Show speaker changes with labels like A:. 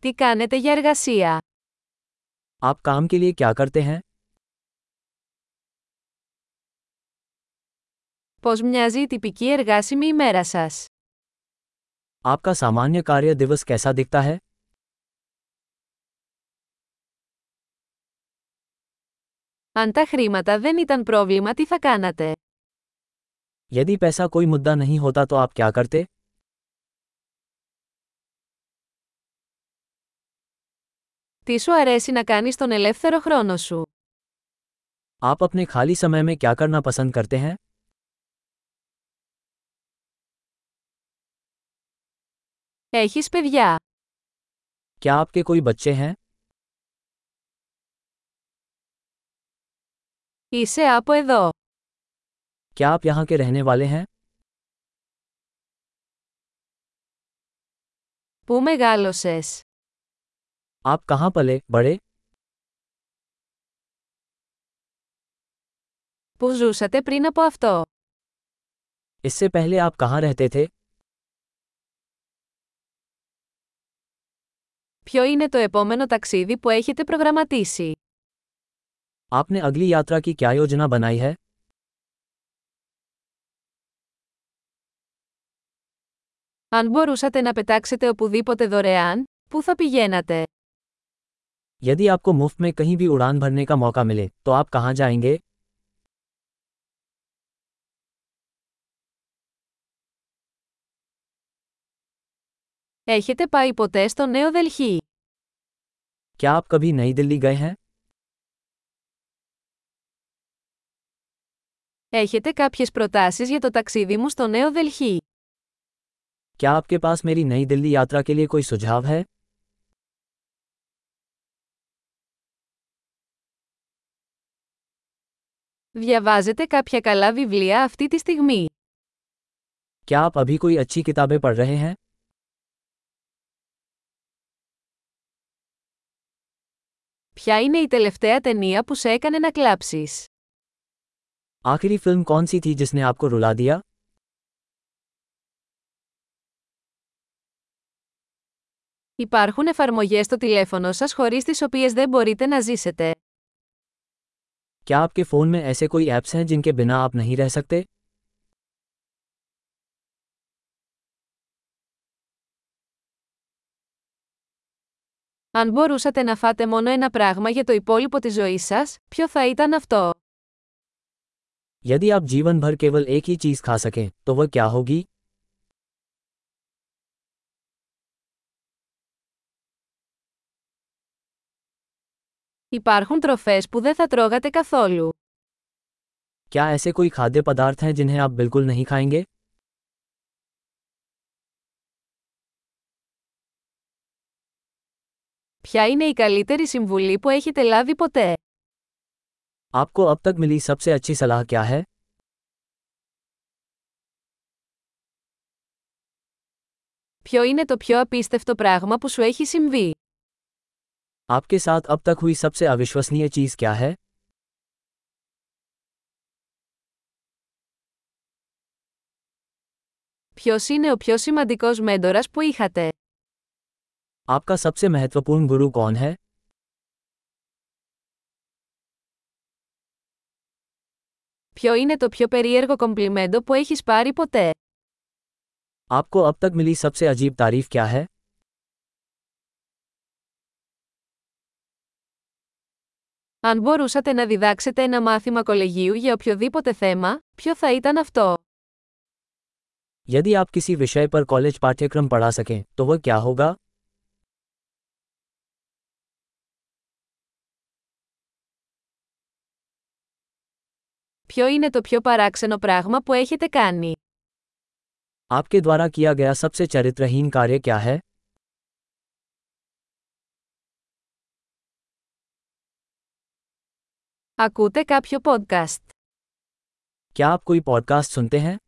A: Τι κάνετε για εργασία?
B: आप काम के लिए क्या करते हैं
A: Πώς μοιάζει η τυπική εργάσιμη ημέρα σας?
B: आपका सामान्य कार्य दिवस कैसा दिखता है
A: Αν τα χρήματα δεν ήταν πρόβλημα, τι θα κάνατε?
B: यदि पैसा कोई मुद्दा नहीं होता तो आप क्या करते
A: Τι σου αρέσει να κάνεις τον ελεύθερο χρόνο σου?
B: आप अपने खाली समय में क्या करना पसंद करते हैं
A: Έχεις παιδιά.
B: क्या आपके कोई बच्चे हैं
A: Είσαι από εδώ.
B: क्या आप यहाँ के रहने वाले हैं
A: Πού μεγάλωσες?
B: आप कहाँ पले बड़े
A: Πού ζούσατε πριν από αυτό?
B: इससे पहले आप कहाँ रहते थे
A: Ποιο είναι το επόμενο ταξίδι που έχετε προγραμματίσει?
B: आपने अगली यात्रा की क्या योजना बनाई है
A: Αν μπορούσατε να πετάξετε οπουδήποτε δωρεάν, πού θα πηγαίνατε?
B: यदि आपको मुफ्त में कहीं भी उड़ान भरने का मौका मिले तो आप कहाँ जाएंगे
A: Έχετε πάει ποτέ στο Νέο Δελχή?
B: क्या आप कभी नई दिल्ली गए हैं
A: Έχετε κάποιες προτάσεις για το ταξίδι μου στο Νέο Δελχή?
B: क्या आपके पास मेरी नई दिल्ली यात्रा के लिए कोई सुझाव है
A: Διαβάζετε κάποια καλά βιβλία αυτή τη στιγμή.
B: क्या आप अभी कोई अच्छी किताबें पढ़ रहे हैं
A: Ποια είναι η τελευταία ταινία που σε έκανε να κλάψεις?
B: आखिरी फिल्म कौन सी थी जिसने आपको रुला दिया
A: Υπάρχουν εφαρμογές στο τηλέφωνο σας χωρίς τις οποίες δεν μπορείτε να ζήσετε.
B: क्या आपके फ़ोन में ऐसे कोई ऐप्स हैं जिनके बिना आप नहीं रह सकते
A: Αν μπορούσατε να φάτε μόνο ένα πράγμα για το υπόλοιπο της ζωής σας, ποιο θα ήταν αυτό?
B: यदि आप जीवन भर केवल एक ही चीज़ खा सकें तो वह क्या होगी
A: Υπάρχουν τροφές που δεν θα τρώγατε καθόλου.
B: क्या ऐसे कोई खाद्य पदार्थ हैं जिन्हें आप बिल्कुल नहीं खाएंगे
A: Ποια είναι η καλύτερη συμβουλή που έχετε λάβει ποτέ?
B: आपको अब तक मिली सबसे अच्छी सलाह क्या है
A: Ποιο είναι το πιο απίστευτο πράγμα που σου έχει συμβεί?
B: आपके साथ अब तक हुई सबसे अविश्वसनीय चीज़ क्या है
A: Ποιο είναι ο πιο σημαντικό μέντορα που είχατε?
B: आपका सबसे महत्वपूर्ण गुरु कौन है
A: Ποιο είναι το πιο περίεργο κομπλιμέντο που έχει πάρει ποτέ?
B: आपको अब तक मिली सबसे अजीब तारीफ क्या है
A: Αν μπορούσατε να διδάξετε ένα μάθημα κολεγίου για οποιοδήποτε θέμα, ποιο θα ήταν αυτό?
B: यदि आप किसी विषय पर कॉलेज पाठ्यक्रम पढ़ा सकें तो वह क्या होगा
A: Ποιο είναι το πιο παράξενο πράγμα που έχετε κάνει?
B: आपके द्वारा किया गया सबसे चरित्रहीन कार्य क्या है
A: Ακούτε κάποιο podcast.
B: क्या आप कोई पॉडकास्ट सुनते हैं